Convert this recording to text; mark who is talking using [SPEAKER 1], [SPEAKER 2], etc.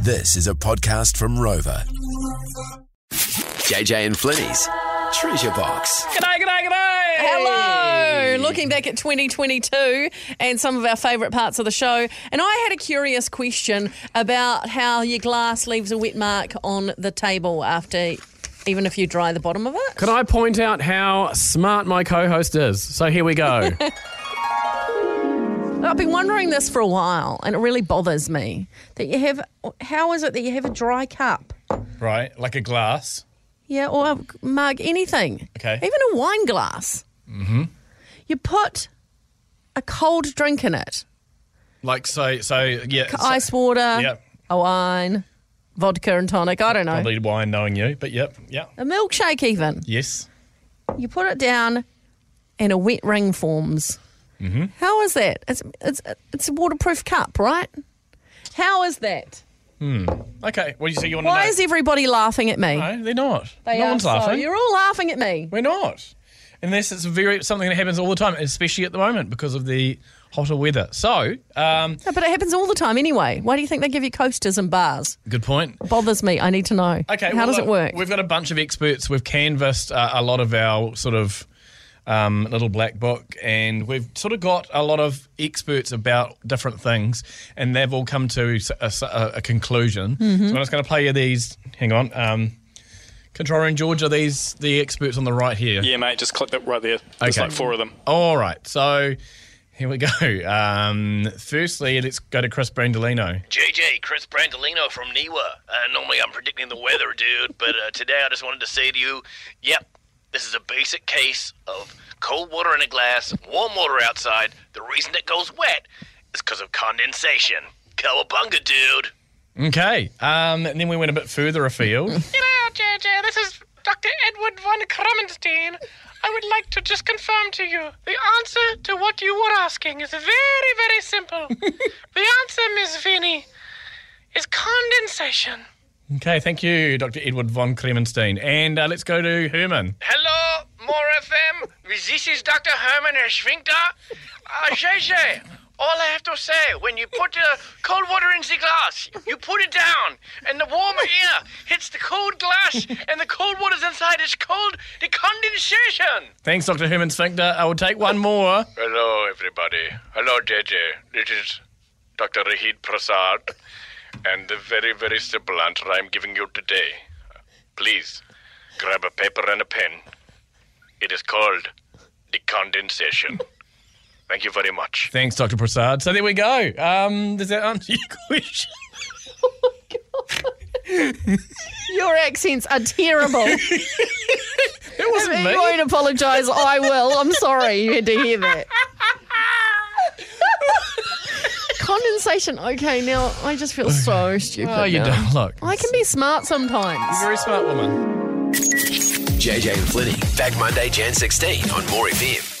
[SPEAKER 1] This is a podcast from Rover. JJ and Flinny's Treasure Box.
[SPEAKER 2] G'day, g'day, g'day.
[SPEAKER 3] Hello! Looking back at 2022 and some of our favourite parts of the show. And I had a curious question about how your glass leaves a wet mark on the table after, even if you dry the bottom of it.
[SPEAKER 2] Can I point out how smart my co-host is? So here we go.
[SPEAKER 3] I've been wondering this for a while and it really bothers me that you have, how is it that you have a dry cup?
[SPEAKER 4] Right, like a glass.
[SPEAKER 3] Yeah, or a mug, anything.
[SPEAKER 4] Okay.
[SPEAKER 3] Even a wine glass. Mm-hmm. You put a cold drink in it.
[SPEAKER 4] Like so, so yeah. so-
[SPEAKER 3] ice water,
[SPEAKER 4] Yep.
[SPEAKER 3] a wine, vodka and tonic. I don't know.
[SPEAKER 4] Probably wine, knowing you, but yep, yeah,
[SPEAKER 3] A milkshake, even.
[SPEAKER 4] yes.
[SPEAKER 3] You put it down and a wet ring forms. Mm-hmm. is that? It's, it's, it's a waterproof cup, right? How is that?
[SPEAKER 4] Okay, what do you say? You want
[SPEAKER 3] Why
[SPEAKER 4] to know?
[SPEAKER 3] is everybody laughing at me?
[SPEAKER 4] no, they're not.
[SPEAKER 3] They
[SPEAKER 4] no
[SPEAKER 3] are
[SPEAKER 4] one's
[SPEAKER 3] so-
[SPEAKER 4] laughing.
[SPEAKER 3] You're all laughing at me.
[SPEAKER 4] We're not. Unless it's very something that happens all the time, especially at the moment because of the hotter weather. So, um,
[SPEAKER 3] No, but it happens all the time anyway. Why do you think they give you coasters and bars?
[SPEAKER 4] good point.
[SPEAKER 3] Bothers me. I need to know.
[SPEAKER 4] Okay,
[SPEAKER 3] How
[SPEAKER 4] well,
[SPEAKER 3] does
[SPEAKER 4] look,
[SPEAKER 3] it work?
[SPEAKER 4] We've got a bunch of experts. We've canvassed uh, a lot of our sort of um, little black book, and we've sort of got a lot of experts about different things, and they've all come to s- a, s- a- a conclusion.
[SPEAKER 3] Mm-hmm.
[SPEAKER 4] So I'm just going to play you these. Hang on. Um, Controller and George, are these the experts on the right here?
[SPEAKER 5] Yeah, mate, just click that right there. There's
[SPEAKER 4] Okay.
[SPEAKER 5] like four of them.
[SPEAKER 4] All right. So here we go. Um, firstly, let's go to Chris Brandolino.
[SPEAKER 6] JJ, Chris Brandolino from Niwa. Uh, normally I'm predicting the weather, dude, but uh, today I just wanted to say to you, yep, this is a basic case of cold water in a glass, warm water outside. The reason it goes wet is because of condensation. Cowabunga, dude.
[SPEAKER 4] Okay. Um, and then we went a bit further afield.
[SPEAKER 7] You know, JJ, this is Dr. Edward von Krummenstein. I would like to just confirm to you the answer to what you were asking is very, very simple. the answer, Miss Vinny, is condensation.
[SPEAKER 4] Okay, thank you, Dr. Edward von Kremenstein. And uh, let's go to Herman.
[SPEAKER 6] Hello, More FM. This is Dr. Herman Schwinkter. Uh, JJ, all I have to say, when you put the cold water in the glass, you put it down, and the warm air hits the cold glass, and the cold water's inside is cold, the condensation.
[SPEAKER 4] Thanks, Dr. Herman Sphincter. I will take one more.
[SPEAKER 6] Hello, everybody. Hello, JJ. This is Dr. Rahid Prasad, and the very, very simple answer I'm giving you today. Please grab a paper and a pen. It is called the condensation. Thank you very much.
[SPEAKER 4] Thanks, Dr. Prasad. So there we go. Um, does that answer your question?
[SPEAKER 3] Your accents are terrible.
[SPEAKER 4] It wasn't
[SPEAKER 3] If
[SPEAKER 4] me.
[SPEAKER 3] you won't apologise, I will. I'm sorry you had to hear that. Condensation. Okay, now I just feel so stupid.
[SPEAKER 4] Oh, you
[SPEAKER 3] now.
[SPEAKER 4] don't look.
[SPEAKER 3] I can be smart sometimes.
[SPEAKER 4] Very smart woman.
[SPEAKER 1] JJ and Flinny. Back Monday, Jan 16 on More FM.